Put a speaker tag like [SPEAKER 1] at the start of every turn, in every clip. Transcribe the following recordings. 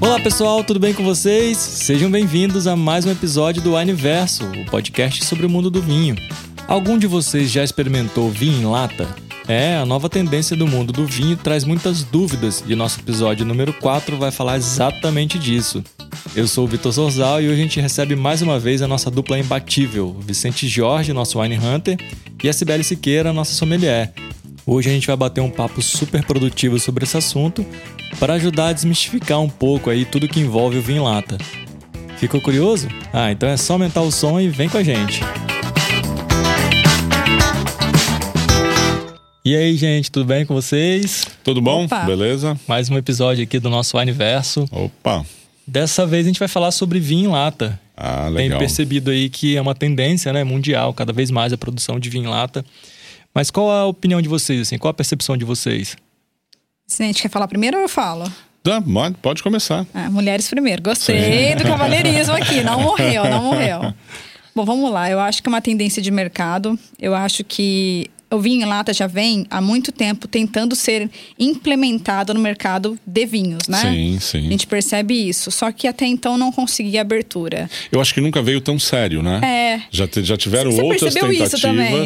[SPEAKER 1] Olá pessoal, tudo bem com vocês? Sejam bem-vindos a mais um episódio do Aniverso, o podcast sobre o mundo do vinho. Algum de vocês já experimentou vinho em lata? É, a nova tendência do mundo do vinho traz muitas dúvidas e nosso episódio número 4 vai falar exatamente disso. Eu sou o Vitor Zorzal e hoje a gente recebe mais uma vez a nossa dupla imbatível, Vicente Jorge, nosso Wine Hunter, e a Sibeli Siqueira, nossa sommelier. Hoje a gente vai bater um papo super produtivo sobre esse assunto para ajudar a desmistificar um pouco aí tudo que envolve o vinho em lata. Ficou curioso? Ah, então é só aumentar o som e vem com a gente. E aí, gente, tudo bem com vocês?
[SPEAKER 2] Tudo bom?
[SPEAKER 3] Opa.
[SPEAKER 2] Beleza?
[SPEAKER 1] Mais um episódio aqui do nosso Universo.
[SPEAKER 2] Opa.
[SPEAKER 1] Dessa vez a gente vai falar sobre vinho em lata.
[SPEAKER 2] Ah,
[SPEAKER 1] Tem
[SPEAKER 2] legal.
[SPEAKER 1] percebido aí que é uma tendência, né, mundial, cada vez mais a produção de vinho em lata. Mas qual a opinião de vocês, assim? Qual a percepção de vocês?
[SPEAKER 3] Se a gente quer falar primeiro, eu falo.
[SPEAKER 2] Tá, mo- pode começar.
[SPEAKER 3] Ah, mulheres primeiro. Gostei do cavalheirismo aqui. Não morreu, não morreu. Bom, vamos lá. Eu acho que é uma tendência de mercado. Eu acho que o vinho em lata já vem há muito tempo tentando ser implementado no mercado de vinhos, né?
[SPEAKER 2] Sim,
[SPEAKER 3] A
[SPEAKER 2] sim.
[SPEAKER 3] gente percebe isso. Só que até então não conseguia abertura.
[SPEAKER 2] Eu acho que nunca veio tão sério, né?
[SPEAKER 3] É.
[SPEAKER 2] Já, te- já tiveram
[SPEAKER 3] Você
[SPEAKER 2] outras
[SPEAKER 3] percebeu
[SPEAKER 2] tentativas.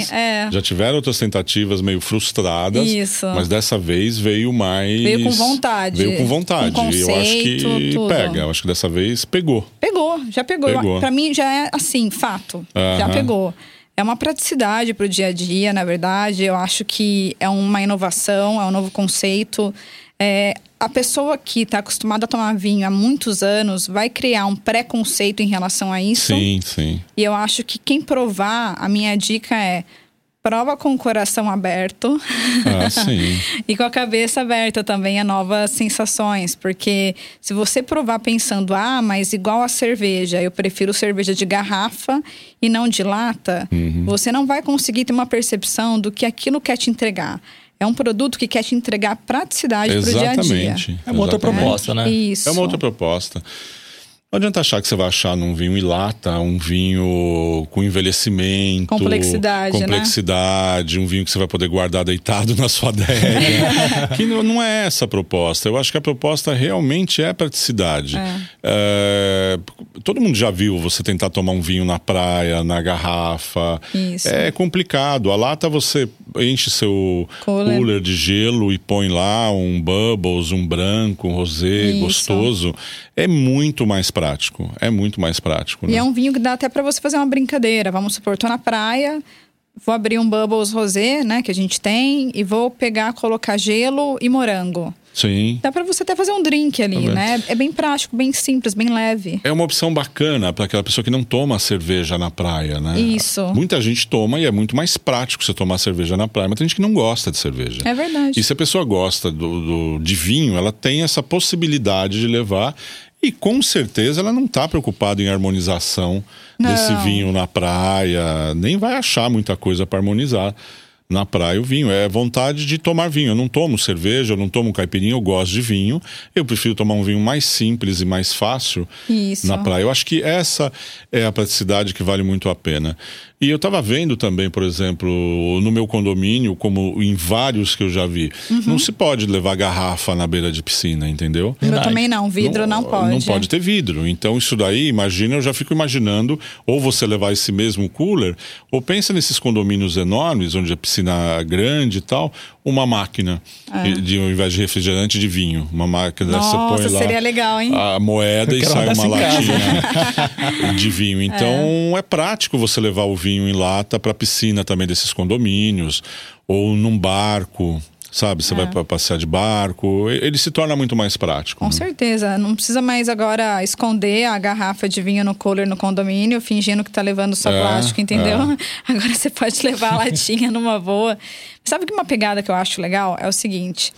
[SPEAKER 3] isso também, é.
[SPEAKER 2] Já tiveram outras tentativas meio frustradas.
[SPEAKER 3] Isso.
[SPEAKER 2] Mas dessa vez veio mais.
[SPEAKER 3] Veio com vontade.
[SPEAKER 2] Veio com vontade.
[SPEAKER 3] Com
[SPEAKER 2] eu acho que
[SPEAKER 3] conceito, tudo.
[SPEAKER 2] pega. Eu acho que dessa vez pegou.
[SPEAKER 3] Pegou, já pegou.
[SPEAKER 2] Pegou.
[SPEAKER 3] Eu- Pra mim já é assim, fato. Já
[SPEAKER 2] Aham.
[SPEAKER 3] pegou. É uma praticidade pro dia a dia, na verdade. Eu acho que é uma inovação, é um novo conceito. É, a pessoa que está acostumada a tomar vinho há muitos anos vai criar um preconceito em relação a isso.
[SPEAKER 2] Sim, sim.
[SPEAKER 3] E eu acho que quem provar, a minha dica é prova com o coração aberto.
[SPEAKER 2] Ah, sim.
[SPEAKER 3] E com a cabeça aberta também a novas sensações, porque se você provar pensando, ah, mas igual a cerveja, eu prefiro cerveja de garrafa e não de lata,
[SPEAKER 2] Uhum.
[SPEAKER 3] você não vai conseguir ter uma percepção do que aquilo quer te entregar. É um produto que quer te entregar praticidade para o dia a dia.
[SPEAKER 2] Exatamente.
[SPEAKER 1] É uma outra
[SPEAKER 2] Exatamente.
[SPEAKER 1] proposta, né?
[SPEAKER 3] Isso.
[SPEAKER 2] É uma outra proposta. Não adianta achar que você vai achar num vinho em lata, um vinho com envelhecimento.
[SPEAKER 3] Complexidade, né?
[SPEAKER 2] Complexidade, um vinho que você vai poder guardar deitado na sua adega. que não, não é essa a proposta. Eu acho que a proposta realmente é praticidade. É, todo mundo já viu você tentar tomar um vinho na praia, na garrafa.
[SPEAKER 3] Isso.
[SPEAKER 2] É complicado. A lata você enche seu
[SPEAKER 3] Cooler.
[SPEAKER 2] cooler de gelo e põe lá um bubbles, um branco, um rosé
[SPEAKER 3] Isso.
[SPEAKER 2] gostoso, é muito mais prático. É muito mais prático,
[SPEAKER 3] E
[SPEAKER 2] né?
[SPEAKER 3] é um vinho que dá até para você fazer uma brincadeira. Vamos supor, tô na praia, vou abrir um Bubbles Rosé, né, que a gente tem, e vou pegar, colocar gelo e morango.
[SPEAKER 2] Sim.
[SPEAKER 3] Dá pra você até fazer um drink ali,
[SPEAKER 2] Tá vendo?
[SPEAKER 3] né? É bem prático, bem simples, bem leve.
[SPEAKER 2] É uma opção bacana para aquela pessoa que não toma cerveja na praia, né?
[SPEAKER 3] Isso.
[SPEAKER 2] Muita gente toma e é muito mais prático você tomar cerveja na praia, mas tem gente que não gosta de cerveja.
[SPEAKER 3] É verdade.
[SPEAKER 2] E se a pessoa gosta do, do- de vinho, ela tem essa possibilidade de levar. E com certeza ela não está preocupada em harmonização desse
[SPEAKER 3] Não.
[SPEAKER 2] vinho na praia, nem vai achar muita coisa para harmonizar. Na praia, o vinho é vontade de tomar vinho. Eu não tomo cerveja, eu não tomo caipirinha, eu gosto de vinho. Eu prefiro tomar um vinho mais simples e mais fácil
[SPEAKER 3] Isso.
[SPEAKER 2] na praia. Eu acho que essa é a praticidade que vale muito a pena. E eu estava vendo também, por exemplo, no meu condomínio, como em vários que eu já vi, não se pode levar garrafa na beira de piscina, entendeu?
[SPEAKER 3] Eu
[SPEAKER 1] Verdade.
[SPEAKER 3] também não, um vidro não, pode.
[SPEAKER 2] Não pode ter vidro. Então, isso daí, imagina, eu já fico imaginando, ou você levar esse mesmo cooler, ou pensa nesses condomínios enormes, onde a piscina é grande e tal, uma máquina, de, de- ao invés de refrigerante, de vinho. Uma máquina,
[SPEAKER 3] É. Nossa,
[SPEAKER 2] você põe lá
[SPEAKER 3] seria legal, hein?
[SPEAKER 2] a moeda e
[SPEAKER 1] quero
[SPEAKER 2] sai
[SPEAKER 1] uma
[SPEAKER 2] uma
[SPEAKER 1] dessa em
[SPEAKER 2] latinha de vinho. Então, é. prático você levar o vinho em lata para piscina também desses condomínios, ou num barco. Sabe,
[SPEAKER 3] É.
[SPEAKER 2] você vai pra passear de barco, e- ele se torna muito mais prático.
[SPEAKER 3] Com
[SPEAKER 2] né?
[SPEAKER 3] certeza. Não precisa mais agora esconder a garrafa de vinho no cooler no condomínio, fingindo que tá levando só
[SPEAKER 2] É,
[SPEAKER 3] plástico, entendeu?
[SPEAKER 2] é.
[SPEAKER 3] Agora você pode levar a latinha numa boa. Sabe que uma pegada que eu acho legal é o seguinte: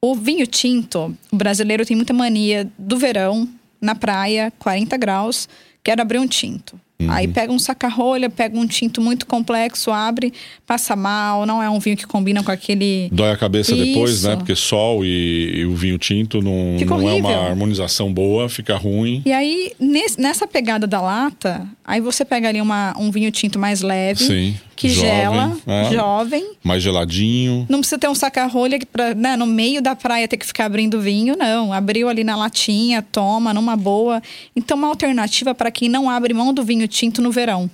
[SPEAKER 3] o vinho tinto, o brasileiro tem muita mania do verão, na praia, 40 graus, quero abrir um tinto. Uhum. Aí pega um sacarrolha, pega um tinto muito complexo, abre, passa mal, não é um vinho que combina com aquele.
[SPEAKER 2] Dói a cabeça Isso. depois, né? Porque sol e, e o vinho tinto não,
[SPEAKER 3] Fica
[SPEAKER 2] não é
[SPEAKER 3] horrível.
[SPEAKER 2] uma harmonização boa, fica ruim.
[SPEAKER 3] E aí, nesse- nessa pegada da lata, aí você pega ali uma, um vinho tinto mais leve,
[SPEAKER 2] Sim,
[SPEAKER 3] que
[SPEAKER 2] jovem,
[SPEAKER 3] gela,
[SPEAKER 2] é.
[SPEAKER 3] jovem.
[SPEAKER 2] Mais geladinho.
[SPEAKER 3] Não precisa ter um saca-rolha que pra, né, no meio da praia ter que ficar abrindo vinho, não. Abriu ali na latinha, toma, numa boa. Então, uma alternativa para quem não abre mão do vinho tinto no verão.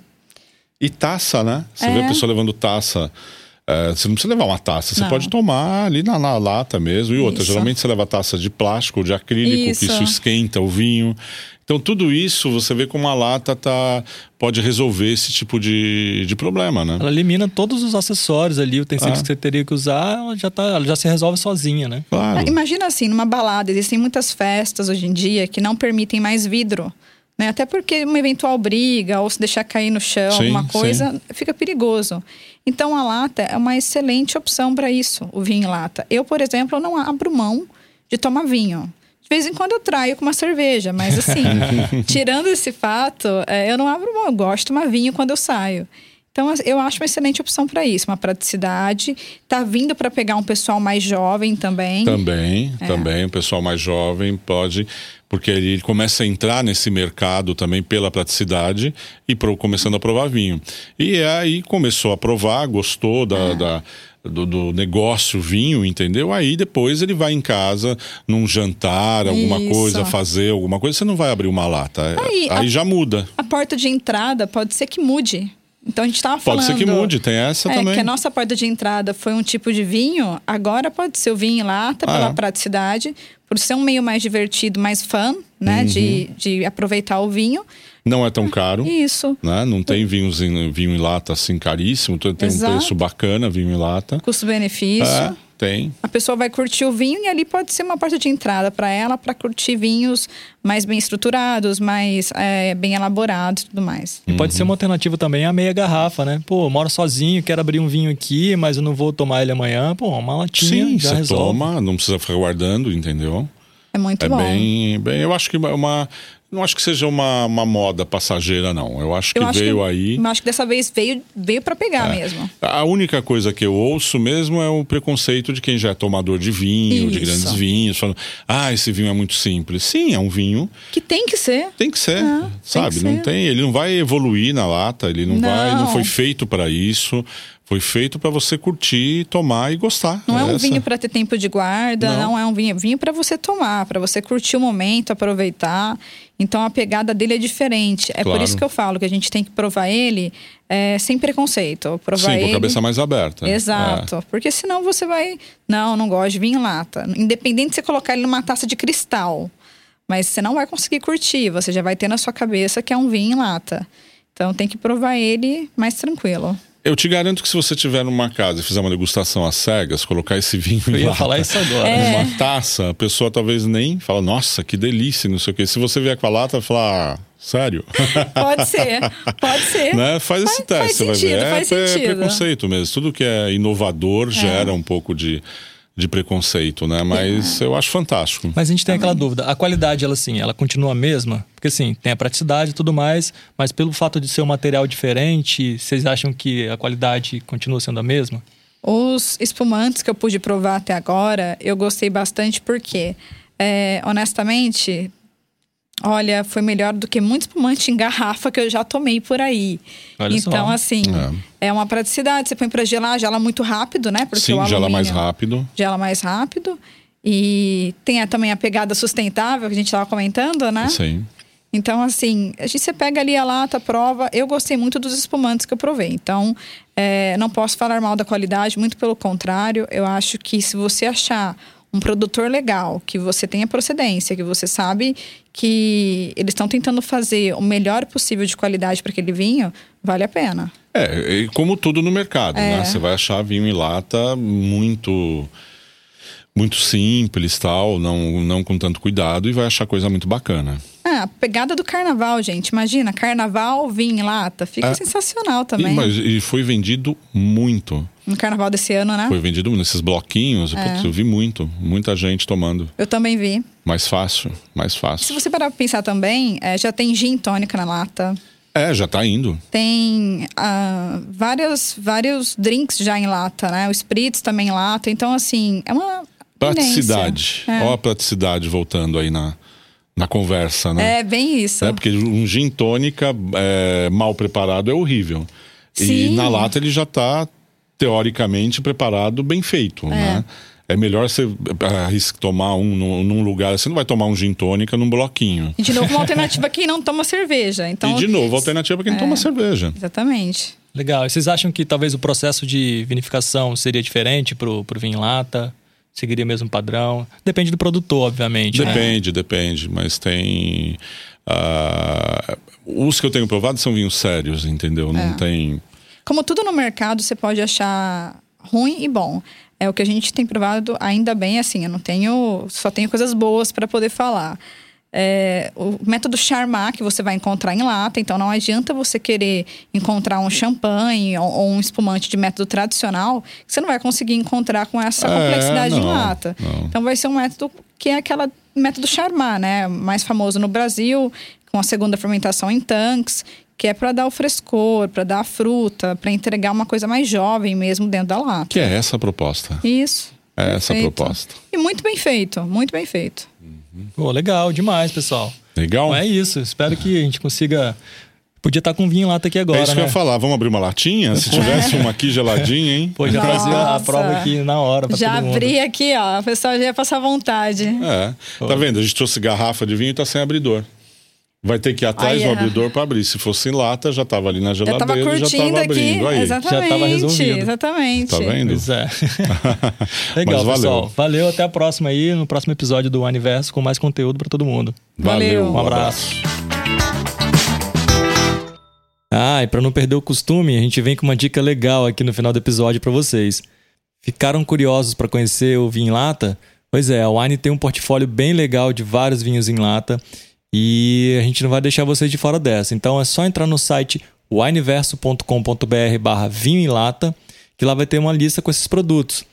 [SPEAKER 2] E taça, né? Você
[SPEAKER 3] É.
[SPEAKER 2] vê a pessoa levando taça. É, você não precisa levar uma taça, você
[SPEAKER 3] Não.
[SPEAKER 2] pode tomar ali na, na lata mesmo. E outra,
[SPEAKER 3] Isso.
[SPEAKER 2] geralmente você leva taça de plástico ou de acrílico,
[SPEAKER 3] Isso.
[SPEAKER 2] que isso esquenta o vinho. Então, tudo isso você vê como a lata tá, pode resolver esse tipo de, de problema, né?
[SPEAKER 1] Ela elimina todos os acessórios ali,
[SPEAKER 2] Ah.
[SPEAKER 1] utensílios que você teria que usar, ela já, tá, ela já se resolve sozinha, né?
[SPEAKER 2] Claro.
[SPEAKER 3] Imagina assim, numa balada, existem muitas festas hoje em dia que não permitem mais vidro. Né? Até porque uma eventual briga ou se deixar cair no chão,
[SPEAKER 2] Sim,
[SPEAKER 3] alguma coisa, fica perigoso. Então a lata é uma excelente opção para isso, o vinho em lata. Eu, por exemplo, não abro mão de tomar vinho. De vez em quando eu traio com uma cerveja, mas assim, tirando esse fato, é, eu não abro mão. Eu gosto de tomar vinho quando eu saio. Então, as- eu acho uma excelente opção para isso, uma praticidade. Tá vindo para pegar um pessoal mais jovem também.
[SPEAKER 2] Também,
[SPEAKER 3] É.
[SPEAKER 2] também. O pessoal mais jovem pode, porque ele começa a entrar nesse mercado também pela praticidade e pro, começando a provar vinho. E é aí começou a provar, gostou da.
[SPEAKER 3] Ah.
[SPEAKER 2] da- do, do negócio vinho, entendeu? Aí depois ele vai em casa, num jantar, alguma
[SPEAKER 3] Isso.
[SPEAKER 2] coisa, fazer alguma coisa, você não vai abrir uma lata. É,
[SPEAKER 3] Aí,
[SPEAKER 2] Aí,
[SPEAKER 3] a-
[SPEAKER 2] já muda.
[SPEAKER 3] A porta de entrada pode ser que mude. Então a gente estava falando.
[SPEAKER 2] Pode ser que mude, tem essa
[SPEAKER 3] é,
[SPEAKER 2] também.
[SPEAKER 3] que a nossa porta de entrada foi um tipo de vinho, agora pode ser o vinho em lata,
[SPEAKER 2] Ah,
[SPEAKER 3] pela
[SPEAKER 2] é.
[SPEAKER 3] praticidade, por ser um meio mais divertido, mais fã, né?
[SPEAKER 2] Uhum.
[SPEAKER 3] De, de aproveitar o vinho.
[SPEAKER 2] Não é tão caro.
[SPEAKER 3] Isso.
[SPEAKER 2] Né? Não tem vinhos em, vinho em lata assim caríssimo, tem
[SPEAKER 3] Exato.
[SPEAKER 2] um preço bacana vinho em lata.
[SPEAKER 3] Custo-benefício.
[SPEAKER 2] É, tem.
[SPEAKER 3] A pessoa vai curtir o vinho e ali pode ser uma porta de entrada para ela, para curtir vinhos mais bem estruturados, mais é, bem elaborados e tudo mais.
[SPEAKER 1] E
[SPEAKER 2] Uhum.
[SPEAKER 1] pode ser uma alternativa também a meia garrafa, né? Pô, eu moro sozinho, quero abrir um vinho aqui, mas eu não vou tomar ele amanhã. Pô, uma latinha
[SPEAKER 2] Sim,
[SPEAKER 1] já
[SPEAKER 2] você
[SPEAKER 1] resolve.
[SPEAKER 2] toma, não precisa ficar guardando, entendeu?
[SPEAKER 3] É muito
[SPEAKER 2] É
[SPEAKER 3] bom.
[SPEAKER 2] bem, bem. Eu acho que é uma. Não acho que seja uma, uma moda passageira, não. Eu acho que
[SPEAKER 3] Eu acho
[SPEAKER 2] veio
[SPEAKER 3] que,
[SPEAKER 2] aí. É.
[SPEAKER 3] eu acho que dessa vez veio, veio para pegar mesmo.
[SPEAKER 2] A única coisa que eu ouço mesmo é o preconceito de quem já é tomador de vinho, de
[SPEAKER 3] Isso.
[SPEAKER 2] grandes vinhos, falando, ah, esse vinho é muito simples. Sim, é um vinho,
[SPEAKER 3] Que tem que ser.
[SPEAKER 2] tem que ser,
[SPEAKER 3] Ah,
[SPEAKER 2] sabe?
[SPEAKER 3] tem que
[SPEAKER 2] não
[SPEAKER 3] ser.
[SPEAKER 2] tem, ele não vai evoluir na lata, ele não, vai,
[SPEAKER 3] Não.
[SPEAKER 2] não foi feito para isso, foi feito para você curtir, tomar e gostar.
[SPEAKER 3] Não é um
[SPEAKER 2] Essa-
[SPEAKER 3] vinho para ter tempo de guarda, não,
[SPEAKER 2] Não.
[SPEAKER 3] é um vinho, é vinho para você tomar, para você curtir o momento, aproveitar. Então a pegada dele é diferente. É por
[SPEAKER 2] Claro.
[SPEAKER 3] isso que eu falo que a gente tem que provar ele é, sem preconceito, provar
[SPEAKER 2] Sim, com
[SPEAKER 3] ele.
[SPEAKER 2] a cabeça mais aberta. É.
[SPEAKER 3] Exato, porque senão você vai, não, não gosto de vinho em lata. Independente de você colocar ele numa taça de cristal, mas você não vai conseguir curtir, você já vai ter na sua cabeça que é um vinho em lata. Então tem que provar ele mais tranquilo.
[SPEAKER 2] É. Eu te garanto que se você tiver numa casa e fizer uma degustação às cegas, colocar esse vinho
[SPEAKER 1] Eu
[SPEAKER 2] em
[SPEAKER 1] ia
[SPEAKER 2] lata
[SPEAKER 1] falar isso agora.
[SPEAKER 3] É.
[SPEAKER 1] né?
[SPEAKER 2] numa taça, a pessoa talvez nem fala, nossa, que delícia, não sei o quê. Se você vier com a lata, vai falar, ah, sério?
[SPEAKER 3] Pode ser, pode ser.
[SPEAKER 2] Né? Faz esse
[SPEAKER 3] É. Faz-
[SPEAKER 2] teste, você vai
[SPEAKER 3] faz
[SPEAKER 2] ver.
[SPEAKER 3] sentido,
[SPEAKER 2] É,
[SPEAKER 3] faz
[SPEAKER 2] pre-
[SPEAKER 3] sentido.
[SPEAKER 2] preconceito mesmo. Tudo que é inovador gera um pouco de, de preconceito, né? Mas
[SPEAKER 3] É.
[SPEAKER 2] eu acho fantástico.
[SPEAKER 1] Mas a gente tem aquela dúvida, a qualidade ela assim, ela continua a mesma? Porque assim, tem a praticidade e tudo mais, mas pelo fato de ser um material diferente, vocês acham que a qualidade continua sendo a mesma?
[SPEAKER 3] Os espumantes que eu pude provar até agora, eu gostei bastante porque, é, honestamente, olha, foi melhor do que muito espumante em garrafa que eu já tomei por aí.
[SPEAKER 1] Olha só.
[SPEAKER 3] então, assim, é. uma praticidade. Você põe pra gelar, gela muito rápido, né? Porque
[SPEAKER 2] Sim,
[SPEAKER 3] o
[SPEAKER 2] gela mais
[SPEAKER 3] alumínio-
[SPEAKER 2] rápido.
[SPEAKER 3] Gela mais rápido. E tem a- também a pegada sustentável que a gente estava comentando, né?
[SPEAKER 2] Sim.
[SPEAKER 3] Então, assim, a gente você pega ali a lata, prova. Eu gostei muito dos espumantes que eu provei. Então, é, não posso falar mal da qualidade, muito pelo contrário. Eu acho que se você achar um produtor legal, que você tenha procedência, que você sabe que eles estão tentando fazer o melhor possível de qualidade para aquele vinho, vale a pena.
[SPEAKER 2] É, e como tudo no mercado,
[SPEAKER 3] É.
[SPEAKER 2] né? Você vai achar vinho em lata muito muito simples, tal, não, não com tanto cuidado e vai achar coisa muito bacana.
[SPEAKER 3] Ah, a pegada do carnaval, gente. Imagina, carnaval, vinho, em lata. Fica
[SPEAKER 2] Ah.
[SPEAKER 3] sensacional
[SPEAKER 2] E,
[SPEAKER 3] também. é.
[SPEAKER 2] mas, e foi vendido muito.
[SPEAKER 3] No carnaval desse ano, né?
[SPEAKER 2] Foi vendido nesses bloquinhos,
[SPEAKER 3] É.
[SPEAKER 2] putz, eu vi muito, muita gente tomando.
[SPEAKER 3] Eu também vi.
[SPEAKER 2] Mais fácil, mais
[SPEAKER 3] Se
[SPEAKER 2] fácil.
[SPEAKER 3] é, você parar pra pensar também, eh, já tem gin tônica na lata.
[SPEAKER 2] É, já tá indo.
[SPEAKER 3] Tem ah, vários, vários drinks já em lata, né? O Spritz também em lata. Então, assim, é uma.
[SPEAKER 2] Praticidade.
[SPEAKER 3] iminência. É.
[SPEAKER 2] Ó a praticidade voltando aí na, na conversa, né?
[SPEAKER 3] É, é bem isso.
[SPEAKER 2] É, porque um gin tônica é, mal preparado é horrível. E
[SPEAKER 3] Sim.
[SPEAKER 2] na lata ele já tá, teoricamente, preparado, bem feito, né? É melhor você arris- tomar um num, num lugar. Você não vai tomar um gin tônica num bloquinho.
[SPEAKER 3] E de novo, uma alternativa quem não toma cerveja. Então,
[SPEAKER 2] e de novo, a alternativa é quem toma cerveja.
[SPEAKER 3] Exatamente.
[SPEAKER 1] Legal. E vocês acham que talvez o processo de vinificação seria diferente pro, pro vinho em lata? Seguiria o mesmo padrão? Depende do produtor, obviamente. né?
[SPEAKER 2] Depende, depende, mas tem. ah, os que eu tenho provado são vinhos sérios, entendeu? Não tem.
[SPEAKER 3] Como tudo no mercado, você pode achar ruim e bom. É o que a gente tem provado, ainda bem, assim, eu não tenho. Só tenho coisas boas para poder falar. É, o método Charmat que você vai encontrar em lata, então não adianta você querer encontrar um champanhe ou, ou um espumante de método tradicional, que você não vai conseguir encontrar com essa
[SPEAKER 2] É,
[SPEAKER 3] complexidade em
[SPEAKER 2] não,
[SPEAKER 3] lata.
[SPEAKER 2] não.
[SPEAKER 3] Então vai ser um método que é aquela método Charmat, né? Mais famoso no Brasil, com a segunda fermentação em tanques, que é para dar o frescor, para dar a fruta, para entregar uma coisa mais jovem mesmo dentro da lata.
[SPEAKER 2] Que é essa a proposta.
[SPEAKER 3] Isso.
[SPEAKER 2] É essa a
[SPEAKER 3] Perfeito.
[SPEAKER 2] proposta.
[SPEAKER 3] E muito bem feito, muito bem feito.
[SPEAKER 1] Pô, legal demais, pessoal.
[SPEAKER 2] Legal?
[SPEAKER 1] Bom, é isso. Espero que a gente consiga. Podia estar com vinho em lata aqui agora,
[SPEAKER 2] é isso que
[SPEAKER 1] né?
[SPEAKER 2] eu ia falar. Vamos abrir uma latinha? Se tivesse uma aqui geladinha, hein?
[SPEAKER 1] Pô, já
[SPEAKER 3] Nossa.
[SPEAKER 1] fazia a prova aqui na hora pra
[SPEAKER 3] Já
[SPEAKER 1] todo mundo.
[SPEAKER 3] abri aqui, ó. O pessoal já ia passar vontade.
[SPEAKER 2] É. Tá vendo? A gente trouxe garrafa de vinho e tá sem abridor. Vai ter que ir atrás
[SPEAKER 3] Aí,
[SPEAKER 2] do
[SPEAKER 3] é.
[SPEAKER 2] abridor pra abrir. Se fosse em lata, já tava ali na
[SPEAKER 3] Eu tava
[SPEAKER 2] geladeira, já
[SPEAKER 3] curtindo
[SPEAKER 2] tava
[SPEAKER 3] aqui.
[SPEAKER 2] abrindo. Aí,
[SPEAKER 3] Exatamente.
[SPEAKER 1] resolvido.
[SPEAKER 3] Exatamente.
[SPEAKER 2] tá vendo?
[SPEAKER 1] Pois é. Legal, pessoal.
[SPEAKER 2] Mas valeu.
[SPEAKER 1] Valeu, até a próxima aí, no próximo episódio do Universo com mais conteúdo pra todo mundo.
[SPEAKER 2] Valeu.
[SPEAKER 3] Valeu.
[SPEAKER 1] Um abraço. Ah, e pra não perder o costume, a gente vem com uma dica legal aqui no final do episódio pra vocês. Ficaram curiosos pra conhecer o vinho em lata? Pois é, a Wine tem um portfólio bem legal de vários vinhos em lata e a gente não vai deixar vocês de fora dessa. Então é só entrar no site wineverso.com.br barra vinho em lata que lá vai ter uma lista com esses produtos.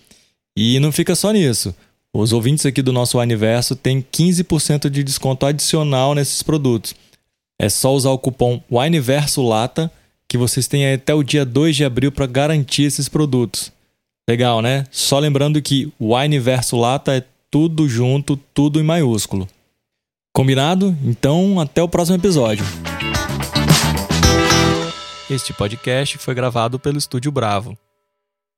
[SPEAKER 1] E não fica só nisso. Os ouvintes aqui do nosso Universo têm 15% de desconto adicional nesses produtos. É só usar o cupom WINEVERSO LATA que vocês têm aí até o dia 2 de abril para garantir esses produtos. Legal, né? Só lembrando que WINEVERSO LATA é tudo junto, tudo em maiúsculo. Combinado? Então, até o próximo episódio. Este podcast foi gravado pelo Estúdio Bravo.